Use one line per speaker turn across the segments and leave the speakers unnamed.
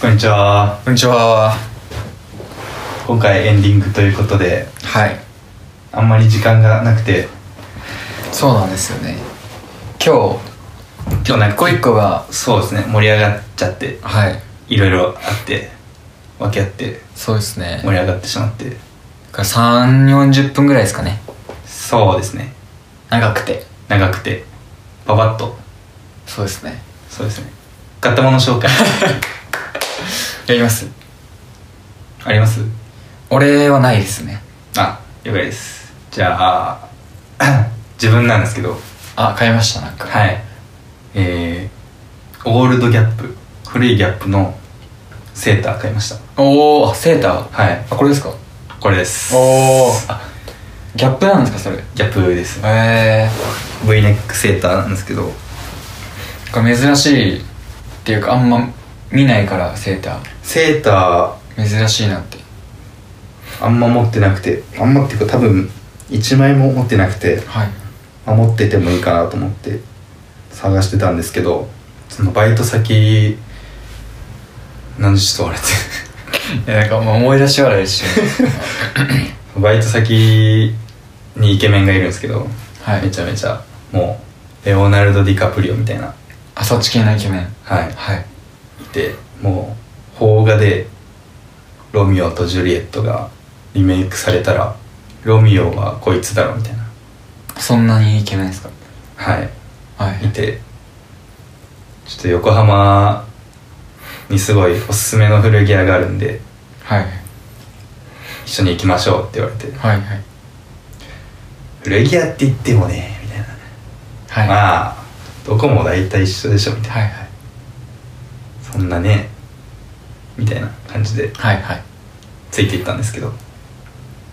こんにちは
こんにちは
今回エンディングということで
はい
あんまり時間がなくて
そうなんですよね今
今日なん
日一個一個が
そうですね盛り上がっちゃって
はい
いろいろあって分け合って
そうですね
盛り上がってしまって
3 4 0分ぐらいですかね
そうですね
長くて
長くてババッと
そうですね
そうですね買ったもの紹介
やります
あります
俺はないですね
あ了解ですじゃあ 自分なんですけど
あ買いましたなんか
はいえー、オールドギャップ古いギャップのセーター買いました
おおセーター
はい
あこれですか
これです
おー
あ
ギャップなんですかそれへ
ギャップです
え
V ネックセーターなんですけど
ー、珍しいっていうかあんま見ないからセータ
セータ
ー珍しいなって
ーあんま持ってなくてあんまっていうか多分1枚も持ってなくて、
はい
まあ持っててもいいかなと思って探してたんですけどそのバイト先何時とあれって
いやなんかもう思い出し笑いし
バイト先にイケメンがいるんですけど、
はい
めちゃめちゃもうレオナルド・ディカプリオみたいな
あそっち系のイケメン
はい
はい
いてもう邦画で「ロミオとジュリエット」がリメイクされたら「ロミオはこいつだろ」みたいな
そんなにイケメンですか
は
はい
いいてちょっと横浜にすごいおすすめの古着屋があるんで
はい
一緒に行きましょうって言われて
はいはい
古着屋って言ってもねみたいな、
はいはい
まあどこも大体一緒でしょみたいな、
はい
そんなねみたいな感じで
はいはい
ついていったんですけど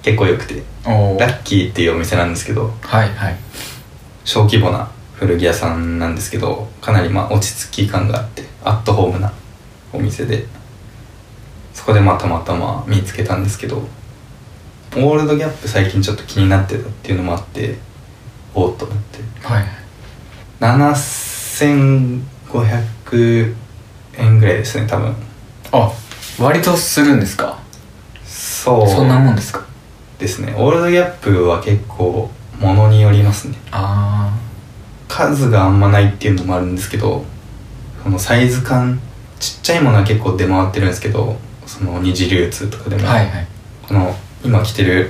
結構良くて
おお
ラッキーっていうお店なんですけど
はいはい
小規模な古着屋さんなんですけどかなりまあ落ち着き感があってアットホームなお店でそこでまあたまたま見つけたんですけどオールドギャップ最近ちょっと気になってたっていうのもあっておおっと思って
はい
7500円ぐらいですね多分
あ割とするんですか
そう
そんなもんですか
ですねオールドギャップは結構ものによりますね
あ
数があんまないっていうのもあるんですけどそのサイズ感ちっちゃいものは結構出回ってるんですけどその二次流通とかで
あ
も、
はいはい
この今着てる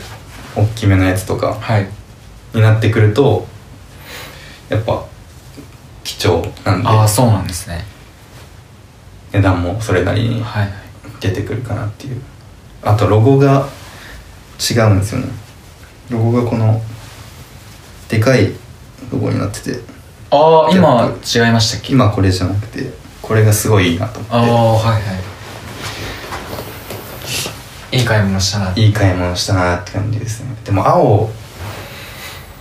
大きめのやつとか
はい
になってくるとやっぱ貴重なんで
ああそうなんですね
値段もそれなりに
はいはい
出てくるかなっていうあとロゴが違うんですよねロゴがこのでかいロゴになってて
あ
や
あ
っ
今違いましたっけ
今これじゃなくてこれがすごいいいなと思って
ああはいはいいい買い物したない
い買い物したなって感じですねでも青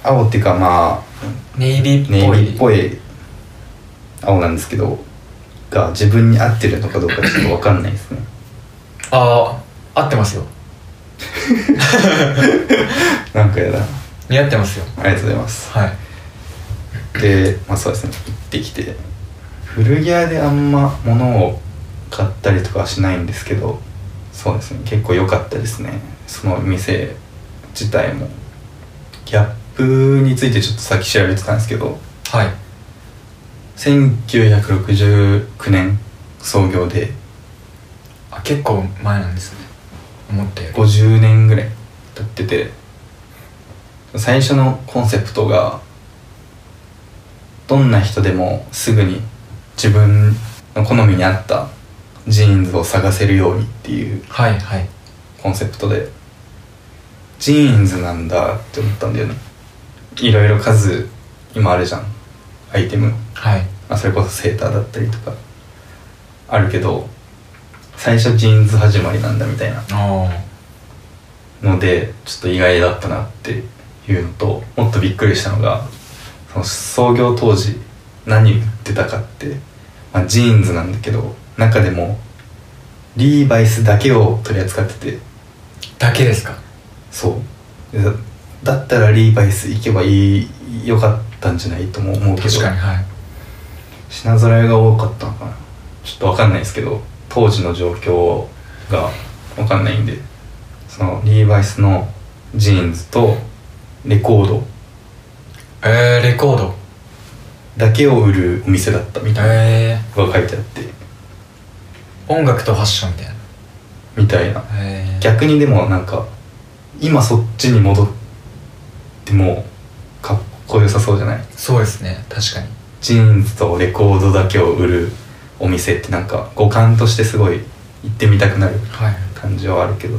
青っていうかまあ
ネイビーっぽ
ネイ
い
ビーっぽい青なんですけどが自分に合ってるのかどうかちょっと分かんないですね
ああ合ってますよ
なんかやだあ
似合ってますよ
りがとうございます
はい
でまあそうですね行ってきて古着屋であんま物を買ったりとかはしないんですけどそうですね結構良かったですねその店自体もギャップについてちょっとさっき調べてたんですけど
はい
1969年創業で
あ結構前なんですね思ったより
50年ぐらい経ってて最初のコンセプトがどんな人でもすぐに自分の好みに合ったジーンズを探せるようにっていう
はいはい
コンセプトでジーンズなんだって思ったんだよねいろいろ数今あるじゃんアイテム
はい
まあ、それこそセーターだったりとかあるけど最初ジーンズ始まりなんだみたいな
あ
のでちょっと意外だったなっていうのともっとびっくりしたのがその創業当時何売ってたかって、まあ、ジーンズなんだけど中でもリーバイスだけを取り扱ってて
だけですか
そうでだだったらリーバイス行けばいいよかったんじゃないとも思うけど
確かにはい
品揃えが多かったのかなちょっとわかんないですけど当当時の状況が分かんないんでそのリーバイスのジーンズとレコード
えー、レコード
だけを売るお店だったみたいな
え
のが書いてあって
ー、音楽とファッションみたいな
みたいな
えー、
逆にでもなんか今そっちに戻ってもかっこよさそうじゃない
そうですね確かに
ジーンズとレコードだけを売るお店ってなんか五感としてすごい行ってみたくなる
はい
感じはあるけど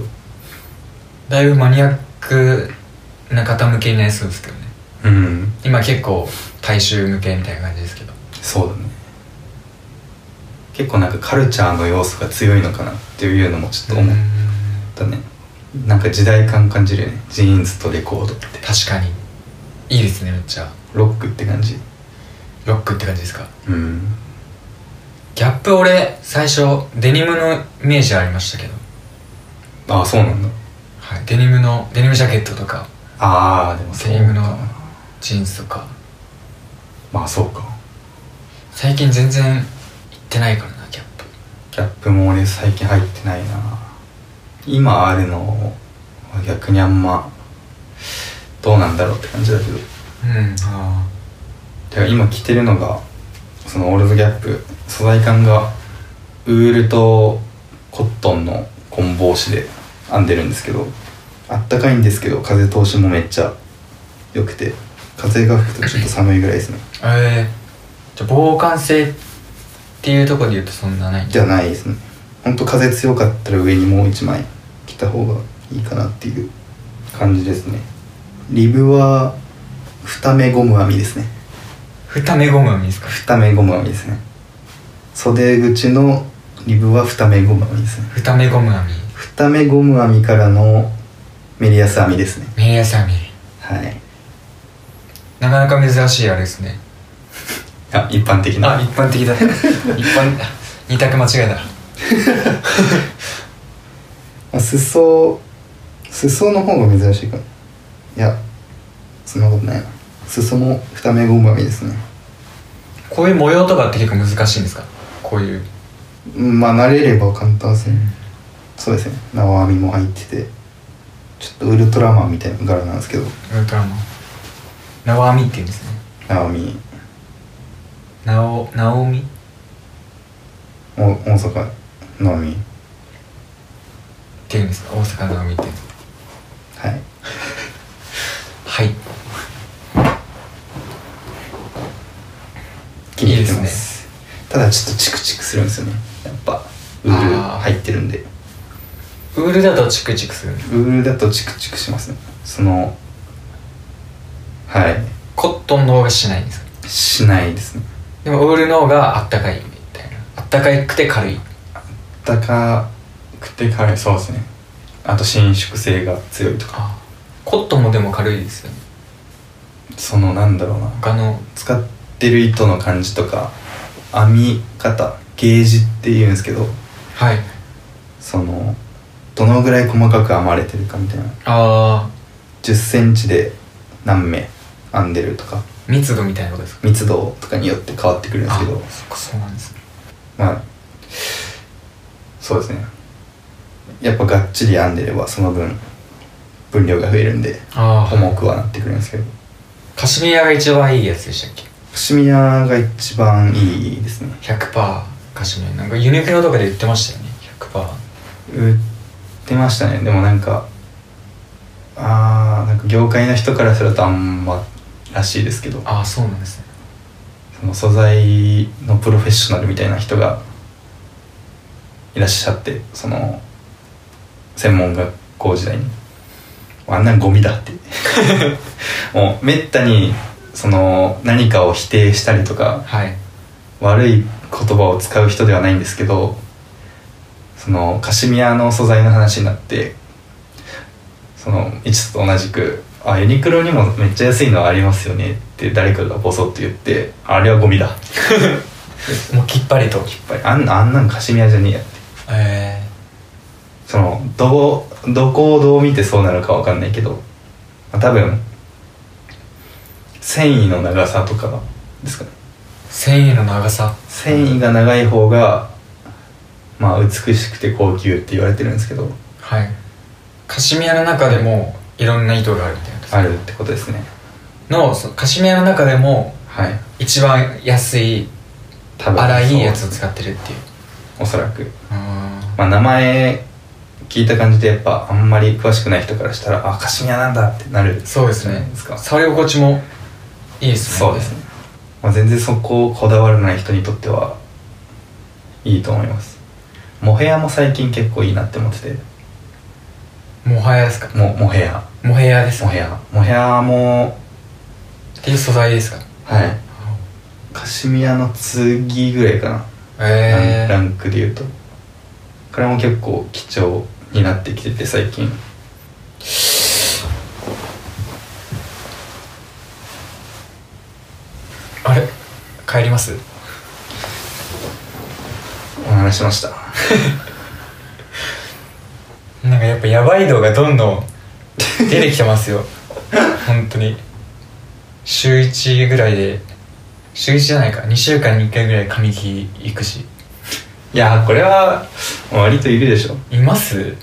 だいぶマニアックな方向けになりそうですけどね
うん
今結構大衆向けみたいな感じですけど
そうだね結構なんかカルチャーの要素が強いのかなっていうのもちょっと思っ
うん
たねなんか時代感感じるよねジーンズとレコードって
確かにいいですねめっちゃ
ロックって感じ
ロックって感じですか
うん
ギャップ俺最初デニムのイメージありましたけど、
ああそうなんだ
はい、デニムのデニムジャケットとか
ああでもそう
セリフ
か
のジーンズとか
まあそうか
最近全然行ってないからなギャップ
ギャップも俺最近入ってないな今あるのは逆にあんまどうなんだろうって感じだけどだ
うんあ
から今着てるのがそのオールズギャップ素材感がウールとコットンのコンボ紙で編んでるんですけどあったかいんですけど風通しもめっちゃ良くて風が吹くとちょっと寒いぐらいですね
あええじゃあ防寒性っていうところで言うとそんなない
じゃないですねほんと風強かったら上にもう一枚着た方がいいかなっていう感じですねリブは二目ゴム編みですね
二目ゴム編みですか
二目ゴム編みですね袖口のリブは二目ゴム編みですね
二目ゴム編
二目ゴム編みからのメリアス編みですね
みメイヤス編み
はい
なかなか珍しいあれですね
あ一般的な
あ 一般的だ一般二択間違いだ
まあ裾裾の方が珍しいかもいやそんなことないな裾も二目ゴム編みですね
こういう模様とかって結構難しいんですかこういう
うんまあ慣れれば簡単ですね、そうですね縄編みも入っててちょっとウルトラマンみたいな柄なんですけど
ウルトラマン縄編みって言うんですね
縄編み
なおなおみ
お大阪の編み
っていうんですか大阪の海って
はい
はい
気に入って
いい
ま
です
ただちょっとチクチクするんですよねやっぱウール
あー
入ってるんで
ウールだとチクチクするんです
ウールだとチクチクしますねそのはい
コットンの方がしないんですか
しないですね
でもウールの方があったかいみたいなあったかくて軽い
高くて軽いそうですねあと伸縮性が強いとか
あコットンもでも軽いですよね
そのなんだろうな
他の
使ってる糸の感じとか編み方ゲージっていうんですけど
はい
そのどのぐらい細かく編まれてるかみたいな
ああ
1 0ンチで何目編んでるとか
密度みたいなことですか
密度とかによって変わってくるんですけど
あそっかそうなんですね
まあそうですねやっぱがっちり編んでればその分分量が増えるんで
あ
重くはなってくるんですけど
カシミヤが一番いいやつでしたっけ
カシミヤが一番いいですね
100%カシミヤなんかユニクロとかで言ってましたよね
売
100%
ってましたねでもなんかあーなんか業界の人からするとあんまらしいですけど
ああそうなんですね
その素材のプロフェッショナルみたいな人がいらっしゃってその専門学校時代にあんなんゴミだってもうめったにその何かを否定したりとか
はい
悪い言葉を使う人ではないんですけどそのカシミヤの素材の話になってそのいつと同じく「あユニクロにもめっちゃ安いのありますよね」って誰かがボソッと言って「あれはゴミだ」やっ
もうきっぱりと
ぱりあんあんなんカシミヤじゃねえやって
え
そのどうどこをどう見てそうなのかわかんないけど、まあ、多分繊維の長さとかですかね
ー、繊維の長さ
繊維が長い方がまあ美しくて高級って言われてるんですけど
はいカシミヤの中でもいろんな糸があるみたいな
あるってことですね
のそのカシミヤの中でも
はい
一番安い
多分
粗いやつ
そ
を使ってるっていう
うおそらく
あ
まあ、名前聞いた感じでやっぱあんまり詳しくない人からしたらあカシミヤなんだってなる
ーそうです
じゃな
ね
いですか
触り心地もいいですね
そうですね、まあ、全然そこをこだわらない人にとってはいいと思いますモヘアも最近結構いいなって思ってて
モハヤですか
もモヘア
モヘヤです
モ
か
ヘアモヘアも
っていう素材ですか
はいカシミヤの次ぐらいかな、
ええ
ランクで言うとこれも結構貴重になってきてて最近
あれ帰ります
お話ししました
なんかやっぱヤバい動画どんどん出てきてま すよ本当に週1ぐらいで週1じゃないか2週間に1回ぐらい髪切り行くし
いやーこれは割といるでしょ
います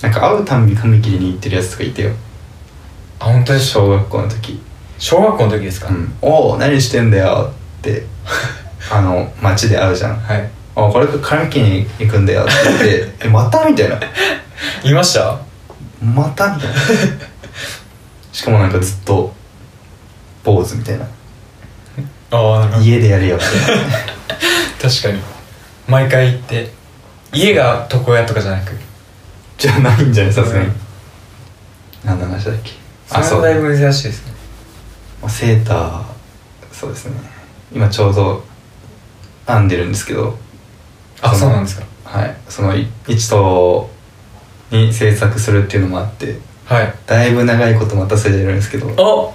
なんか会うたんび髪切りに行ってるやつとかいてよ
あ本当でしょ
小学校の時
小学校の時です
「
か、
うん、おお何してんだよ」って あの街で会うじゃん
は
「あこれ髪切りに行くんだよ」って言って 「えまた?」みたいな「
いいました
また?」み たいなしかもなんかずっとポーズみたいな
ああなるほ
「
ど
家でやれよ」みたいな
確かに毎回行って家が床屋とかじゃなく
じゃないんじゃないさすがに何の話だっけあ
そ
そ
れ
う
はだいぶ珍しいですね
セーターそうですね今ちょうど編んでるんですけど
あ
そ
そううなんですか
はい、そのい一とに制作するっていうのもあって
はい
だいぶ長いこと待たせてるんですけど
お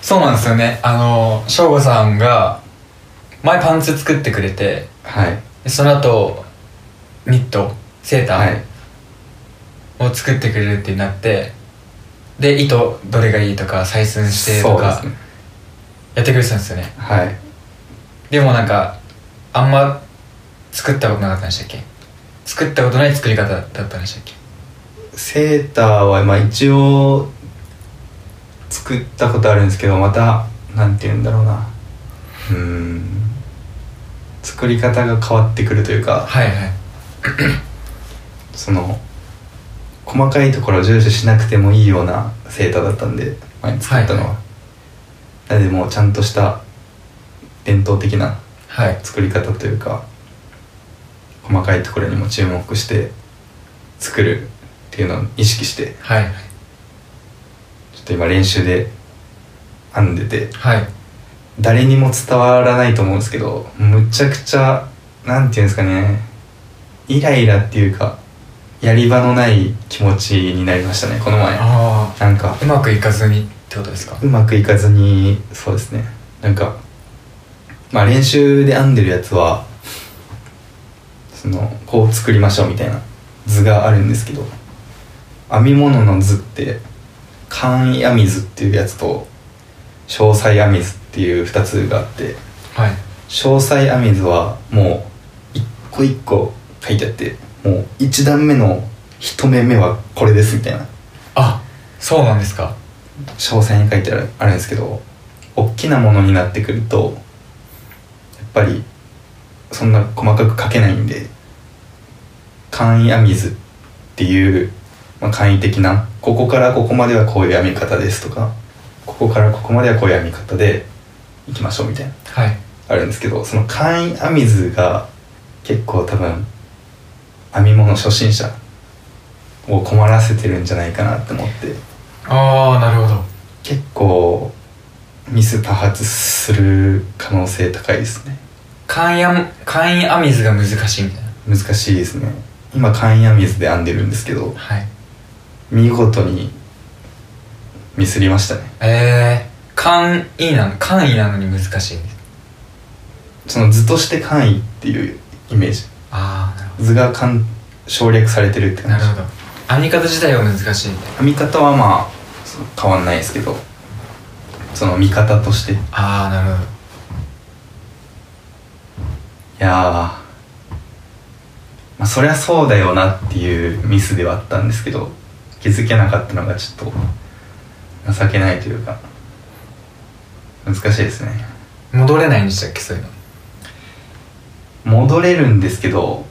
そうなんですよねあの省吾さんが前パンツ作ってくれて
はい
でその後ニットセータ
はい
ーを作ってくれるってなってで糸どれがいいとか採寸して
そ
と
うで
か
すね
やってくれてたんですよね
はい
でもなんかあんま作ったことなかったんでしたっけ作ったことない作り方だったんでしたっけ
セーターはまあ一応作ったことあるんですけどまたなんて言うんだろうなうーん作り方が変わってくるというか
はいはい
その細かいところを重視しなくてもいいようなセーターだったんで前に作ったのは、
はい
なのでもうちゃんとした伝統的な
はい
作り方というか細かいところにも注目して作るっていうのを意識して
はい
ちょっと今練習で編んでて
はい
誰にも伝わらないと思うんですけどむちゃくちゃなんていうんですかねイライラっていうかやり場のない気持ちになりましたねこの前
あ
なんか
あうまくいかずにってことですか
うまくいかずにそうですねなんかまあ練習で編んでるやつはそのこう作りましょうみたいな図があるんですけど編み物の図って簡易編み図っていうやつと詳細編み図っていう2つがあって
はい
詳細編み図はもう一個一個書いてあってもう1段目の1目目はこれですみたいな
あそうなんですか
詳細に書いてあるあるんですけど大きなものになってくるとやっぱりそんな細かく書けないんで簡易編み図っていう、まあ、簡易的なここからここまではこういう編み方ですとかここからここまではこういう編み方でいきましょうみたいな
はい
あるんですけどその簡易編み図が結構多分編み物初心者を困らせてるんじゃないかなって思って。
ああなるほど
結構ミス多発する可能性高いですね
簡易編簡易編み図が難しいみたいな
難しいですね今簡易編み図で編んでるんですけど
はい
見事にミスりましたね
ええー、簡易なの簡易なのに難しいんです
その図として簡易っていうイメージ
ああなるほ
図がかん省略されてるって
どな
感
る
じ
ほど編み方自体は難しいみたいな
編み方はまあその変わんないですけどその見方としてい
ああなるほど
やまあ、そりゃそうだよなっていうミスではあったんですけど気づけなかったのがちょっと情けないというか難しいですね
戻れないんでしたっけそういうの
戻れるんですけど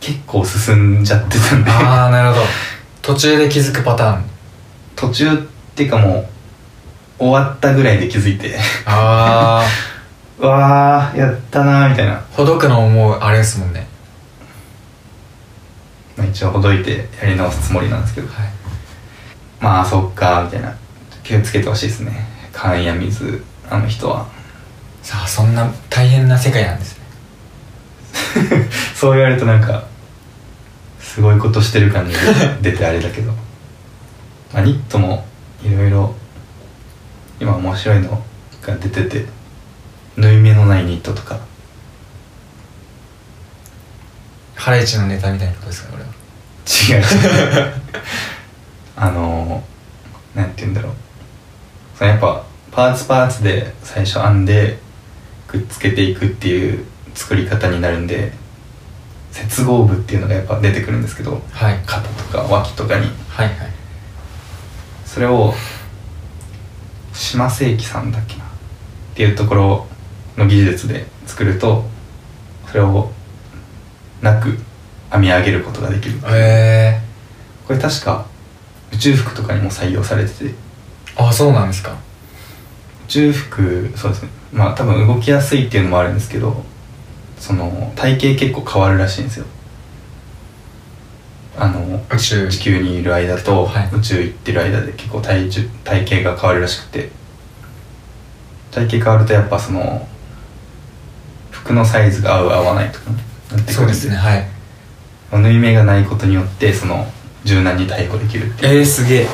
結構進んじゃってたんで
ああなるほど途中で気づくパターン
途中っていうかもう終わったぐらいで気づいて
ああ
うわーやったなーみたいな、
ほどくの思うあれですもんね
まあ、一応ほどいてやり直すつもりなんですけど
はい
まあそっかーみたいな気をつけてほしいですね缶や水あの人は
さあそんな大変な世界なんですね
そう言われるとなんかすごいことしてる感じが出てあれだけど、まあ、ニットもいろいろ今面白いのが出てて縫い目のないニットとか
ハライチのネタみたいなことですか俺は
違うあのなんて言うんだろうそのやっぱパーツパーツで最初編んでくっつけていくっていう作り方になるんで接合部っていうのがやっぱ出てくるんですけど
はい
肩とか脇とかに
はいはい
それを島世紀さんだっけなっていうところの技術で作るとそれをなく編み上げることができる
え
これ確か宇宙服とかにも採用されてて宇
えあそうなんですか
宙服そうですねまあ多分動きやすいっていうのもあるんですけどその体型結構変わるらしいんですよあの
宇宙
地球にいる間と
はい
宇宙行ってる間で結構体重体型が変わるらしくて体型変わるとやっぱその服のサイズが合う合わないとかねなってく
そ
る
うん
で
ですねはい
縫い目がないことによってその柔軟に対応できるっていう
えー、すげえ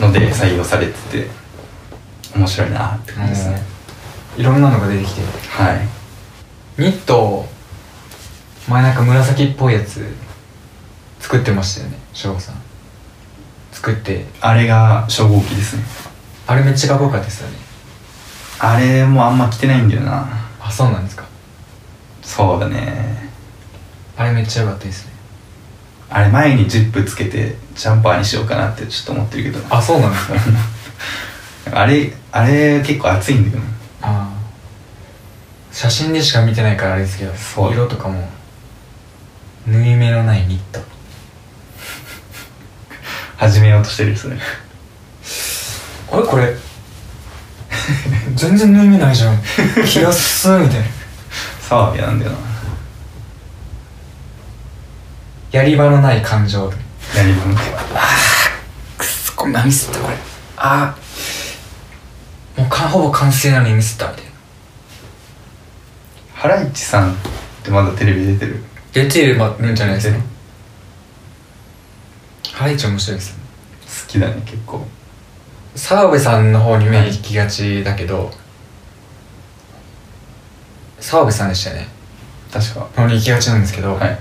ので採用されてて面白いなって感じですね
いろんなのが出てきて
はい
ニット前なんか紫っぽいやつ作ってましたよね翔吾さん作って
あれが初号機ですね
あれめっちゃかっこよかったですよね
あれもあんま着てないんだよな
あそうなんですか
そうだね
あれめっちゃ良かったですね
あれ前にジップつけてジャンパーにしようかなってちょっと思ってるけど
あそうなんですか
あれあれ結構熱いんだよね
あー写真でしか見てないからあれですけど
そう
色とかも縫い目のないニット
始めようとしてるそれ
あれこれ 全然縫い目ないじゃん気がすーみたいな
騒ぎなんだよな
やり場のない感情
やりもん
くっそこんなミスったこれああもうかほぼ完成なのにミスったみたいな
ハライチさんってまだテレビ出てる
出てるんじゃないですかハライチ面白いですよね
好きだね結構
澤部さんの方に目行きがちだけど澤部さんでしたよね
確か
方に行きがちなんですけど、
はい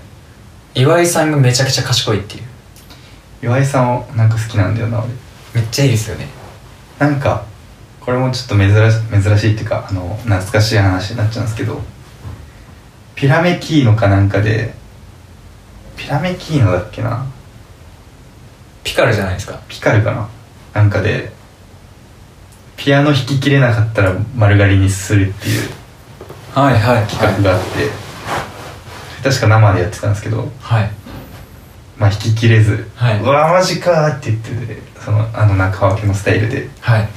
岩井さんがめちゃくちゃ賢いっていう
岩井さんをなんか好きなんだよな俺
めっちゃいいですよね
なんかこれもちょっと珍し珍しいっていうかあの懐かしい話になっちゃうんですけどピラメキーノかなんかでピラメキーノだっけな
ピカルじゃないですか
ピカルかななんかでピアノ弾ききれなかったら丸刈りにするっていう
はいはい
企画があって、確か生でやってたんですけど、
はい
まあ、弾ききれず「
はいう
わマジか!」って言っててそのあの中分けのスタイルで
はい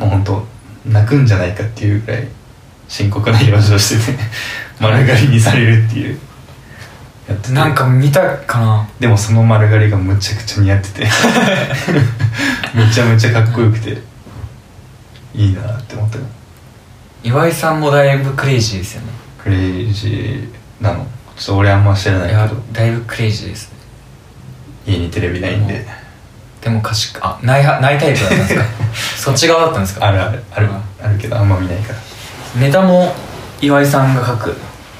もう本当泣くんじゃないかっていうぐらい深刻な表情して て丸刈りにされるっていうやってて
なんか見たかな
でもその丸刈りがむちゃくちゃ似合って てむちゃむちゃかっこよくていいなって思ったの
岩井さんもだいぶクレイジーですよね
クレイジーなのちょっと俺あんま知らないい
や
けど
だいぶクレイジーですね
家にテレビないんで
でも賢あないはないタイプだったんですかそっち側だったんですか
あるあるあるあるけどあんま見ないから
ネタも岩井さんが書く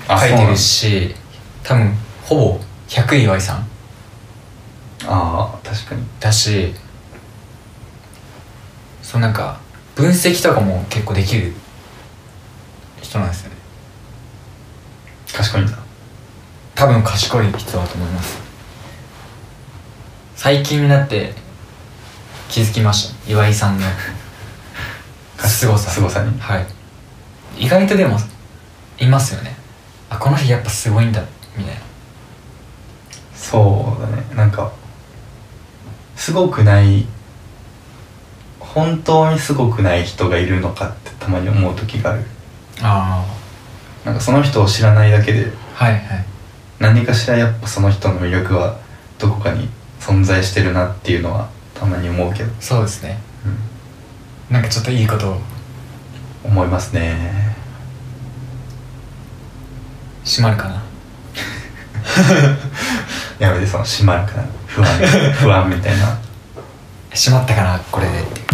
あ
書いてるし多分ほぼ100岩井さん
ああ確かに
だしそうなんか分析とかも結構できる人なんですよね
賢いんだ
多分賢い人だと思います最近になって気づきました岩井さんの凄さ
凄さに
はい意外とでもいますよねあこの人やっぱすごいんだみたいな
そうだねなんかすごくない本当にすごくない人がいるのかってたまに思う時がある
あ
なんかその人を知らないだけで
あはいはい
何かしらやっぱその人の魅力はどこかに存在してるなっていうのはたまに思うけど、
そうですね
う
なんかちょっといいことを
ん、思いますね
閉まるかな
やめてその閉まるから不安不安みたいな
閉まったかなこれでっていう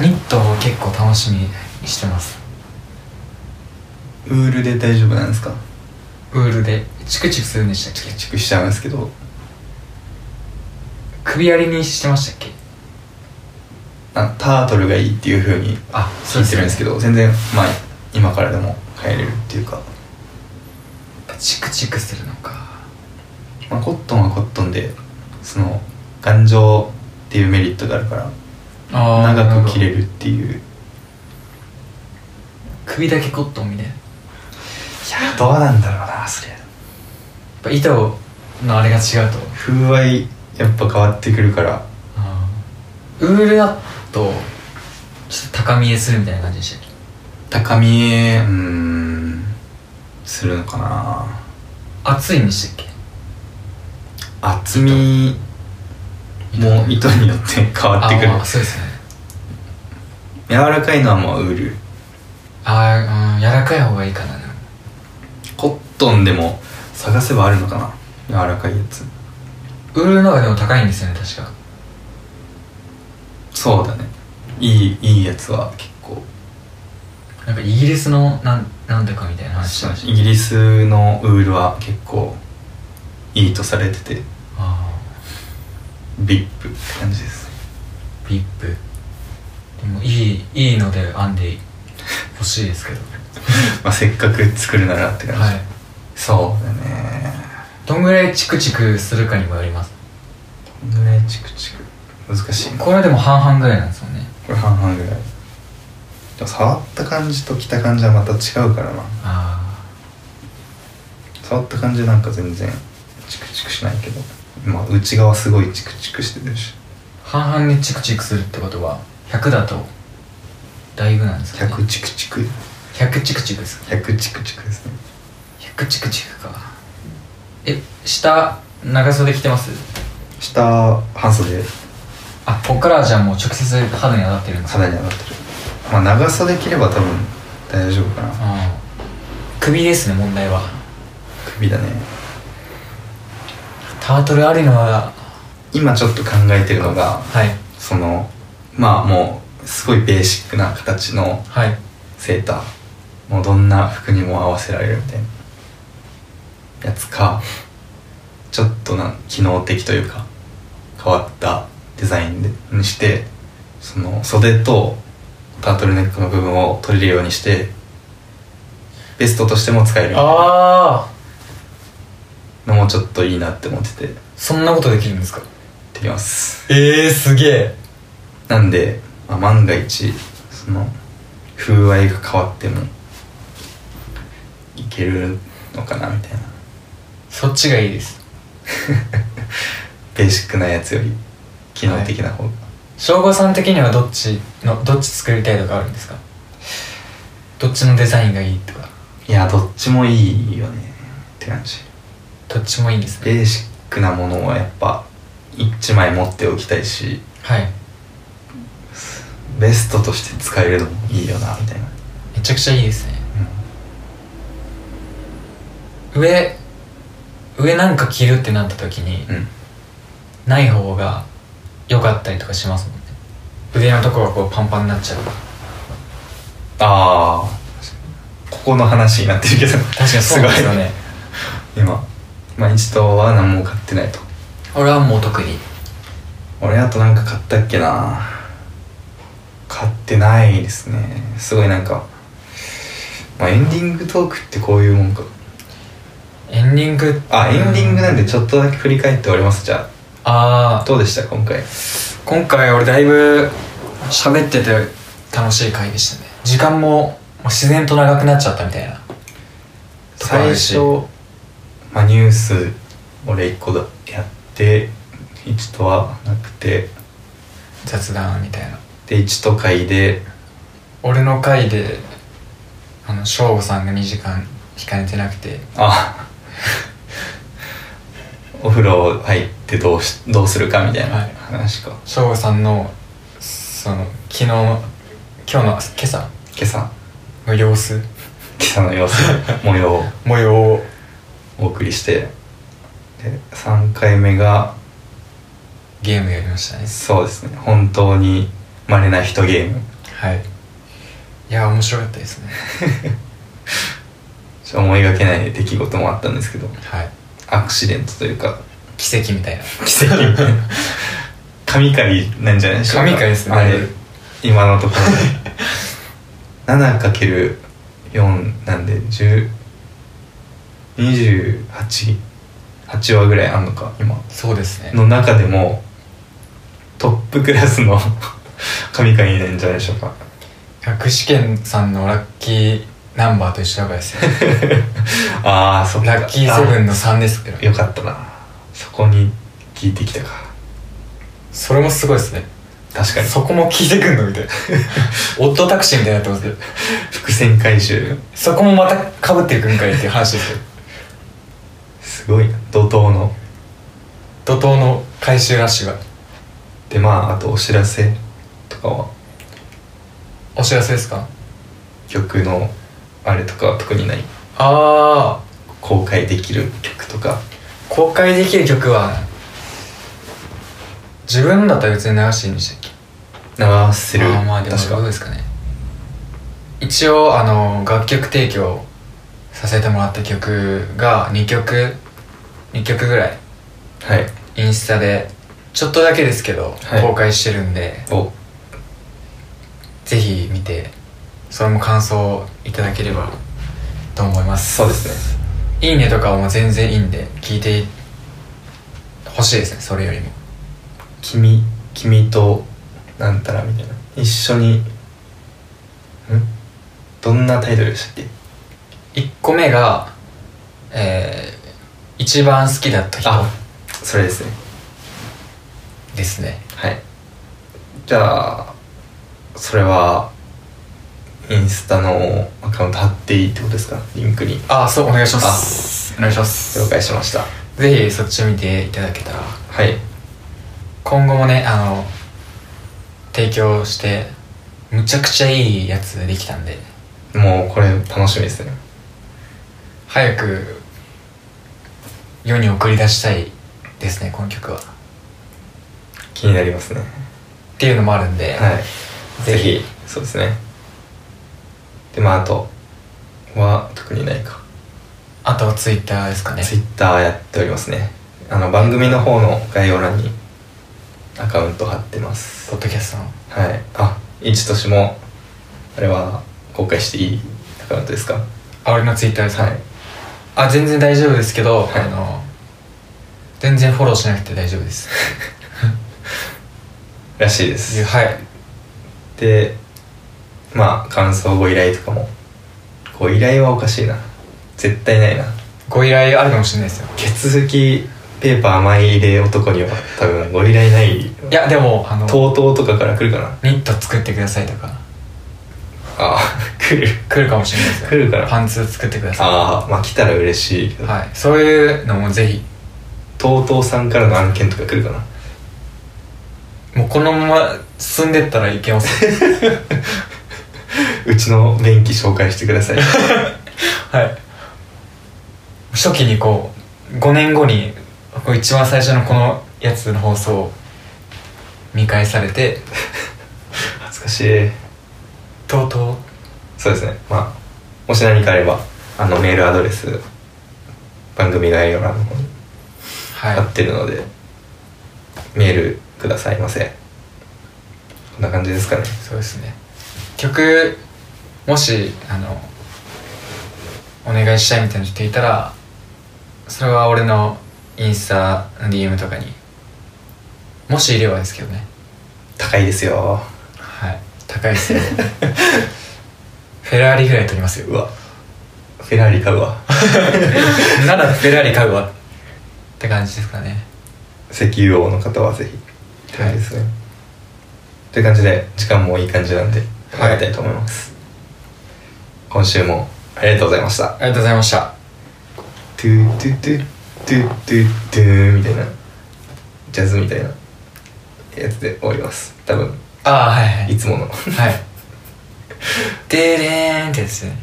ニットを結構楽しみにしてます
ウールで大丈夫なんですか
ウールでチクチクするんでしたっけ
チクしちゃうんですけど
首割りにしてましたっけ
あタートルがいいっていう風に
あ
聞いてるんですけど全然まあ今からでも変えれるっていうか、
チクチクするのか
まあ、コットンはコットンでその頑丈っていうメリットがあるから
あ
長く着れ
る
るっていう
首だけコットンみたいなや
いやどうなんだろうなそれ
っぱ糸のあれが違うと
風合いやっぱ変わってくるから
ウールだとちょっと高見えするみたいな感じでしたっけ
高見えうーんするのかな
厚いんでしたっけ
厚みも糸によって変わってくる
あまあそうですね
柔らかいのはもうウール
ああ、うん、柔らかい方がいいかなでも
コットンでも探せばあるのかな柔らかいやつ
ウールの方がでも高いんですよね確か
そうだねいいいいやつは結構
なんかイギリスのなんなんだかみたいな話してました
イギリスのウールは結構いいとされてて
あ
ビップって感じです
あビップでもいいいいので編んで欲しいですけど
まあせっかく作るならって感じ、
はい
そうだね
どんぐらいチクチクするかにもよります
こんぐらいチクチク難しいなこ
これでも半々ぐらいなんですよね
れ半々ぐらいでも触った感じと着た感じはまた違うからな
あ
触った感じなんか全然チクチクしないけどまあ内側すごいチクチクしてるし
あ半々にチクチクするってことは100だとだいぶなんですか、ね、
100チクチク
100, チクチクですか
100チクチクですね
100チクチクかえ下長袖着てます
下半袖
あこっからはじゃあもう直接肌に当たってるんですか
肌に当たってるまあ長袖着れば多分大丈夫かな
あー首ですね問題は
首だね
タートルありのは
今ちょっと考えてるのが
はい
そのまあもうすごいベーシックな形の
はい
セーターもうどんな服にも合わせられるみたいなやつかちょっとなん機能的というか変わったデザインでにしてその袖とタートルネックの部分を取れるようにしてベストとしても使えるの
ああ
もちょっといいなって思ってて
そんなことできるんですか
できます
ええー、すげえ
なんで、まあ、万が一その風合いが変わってもいけるのかなみたいな
そっちがいいです
ベーシックなやつより機能的な方が、
省吾さん的にはどっちのどっち作りたいとかあるんですかどっちのデザインがいいとか
い、やどっちもいいよねって感じ
どっちもいいんですね
ベーシックなものをやっぱ1枚持っておきたいし
はい
ベストとして使えるのもいいよなみたいな、
めちゃくちゃいいですね
うん
上上なんか着るってなった時に、
うん
ない方が良かったりとかしますもんね腕のとこがこうパンパンになっちゃう
ああここの話になってるけど確
確かにそうなんです よね
今毎日とは何も買ってないと
俺はもう特に
俺あとなんか買ったっけな買っってないですねすごいなんか、まあ、エンディングトークってこういうもんか
エンディング
あエンディングなんでち
っと
ょっとだけ振り返っておりますじゃ
あ
あ
あ
どうでした今回
今回俺だいぶ喋ってて楽しい回でしたね時間も自然と長くなっちゃったみたいなとこあ
最
るし
初、まあ、ニュース俺1個だやって1とはなくて
雑談みたいな
で1と会で
俺の回であの省吾さんが2時間引かれてなくて
あ お風呂入ってどうしどうするかみたいな
はい
話か、
省吾さんのその昨日今日の今朝
今朝
の様子
今朝の様子模様を
模様を
お送りしてで3回目が
ゲームやりましたね
そうですね本当にまれな人ゲーム
はいいや面白かったですね
ちょ思いがけない出来事もあったんですけど
はい
アクシデントというか
奇跡みたいな
奇跡みたいな神回なんじゃないでしょうか
神回ですね
あれ今のところ 7×4 なんで1028話ぐらいあんのか今
そうですね
の中でもトップクラスの 神回なんじゃないでしょうか
学士研さんのラッキーナンバーと一緒だからです ね
ああそっか
ラッキーセブンの3ですけど
あよかったなそこに聞いてきたか
それもすごいですね
確かに
そこも聞いてくんのみたいな オットタクシーみたいになってますけど
伏線回収
そこもまたかぶってくんかいっていう話ですよ
すごいな怒涛の
怒涛の回収ラッシュが
でまああとお知らせとかは
お知らせですか
曲のあれとかは特にない
ああ
公開できる曲とか
公開できる曲は自分のだったら別に流していいんでしたっけ
流せる
あーまあでも
確
どう
か
ですかね一応あの楽曲提供させてもらった曲が2曲2曲ぐらい
はい
インスタでちょっとだけですけど、
はい
公開してるんで
お
ぜひ見てそれも感想いただければと思います
そうですね
いいねとかも全然いいんで聞いてほしいですねそれよりも
「君君となんたら」みたいな一緒にんどんなタイトルでしたっ
1個目がえー、一番好きだった
け
人
あそれですね
ですね
はいじゃあそれはインスタのアカウント貼っていいってことですかリンクに
あそうお願いしますお願いしま
了
す
解しました
ぜひそっち見ていただけたら
はい
今後もねあの提供してむちゃくちゃいいやつできたんで
もうこれ楽しみですね
早く世に送り出したいですねこの曲はっ
気になりますね
ていうのもあるんで、
はいぜ
ぜひ
ひそうですねでまああとは特にないか
あとはツイッターですかね
Twitter やっておりますねあの番組の方の概要欄にアカウント貼ってます
ポッドキャストの
はいあ一としもあれは公開していいアカウントですかは
あ俺のツイッターですか、
い
あ全然大丈夫ですけど、
はい
あの全然フォローしなくて大丈夫です
らしいです
はい
でまあ感想ご依頼とかもご依頼はおかしいな絶対ないな
ご依頼あるかもしれないですよ
血拭きペーパー甘い入れ男には多分ご依頼ない
いやでもあの
TOTO とかから来るかな
ニット作ってくださいとか
ああ来る
来るかもしれないですよ
来るから
パンツ作ってくださ
ああまあ来たら嬉しいけ
い
ど、
はいそういうのもぜひ
TOTO さんからの案件とか来るかな
もうこのまま進んでったらいけま すよ
うちの便器紹介してください
はい初期にこう5年後にこう一番最初のこのやつの放送を見返されて
恥ずかしい
とうとう
そうですねまあもし何かあればあのメールアドレス番組概要欄の方に
はい
貼ってるので、メールくださいませこんな感じですかね
そうですね曲もしあのお願いしたいみたいな人いたらそれは俺のインスタの DM とかにもしいればですけどね
高いですよ
はい高いですよ フェラーリぐらい取りますよ
うわフェラーリ買うわ
ならフェラーリ買うわって感じですかね
石油王の方はぜひ高いですね、という感じで時間もいい感じなんで終わりたいと思います、今週もありがとうございました
ありがとうございました
トゥトゥトゥトゥトゥトゥみたいなジャズみたいなやつで終わります多分
ああはいはい
いつもの
はいでれーんってやつですね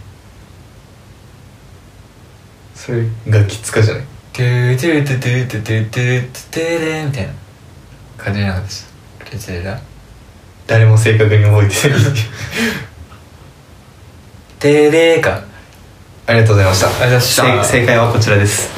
それ楽器使うじゃない
トゥートゥートゥトゥトゥトゥトゥトゥレーみたいな感じじゃなかったですレチレラ
誰も正確に覚えてない
テレーか
ありがとうございました
ありがとうございました
せ正解はこちらです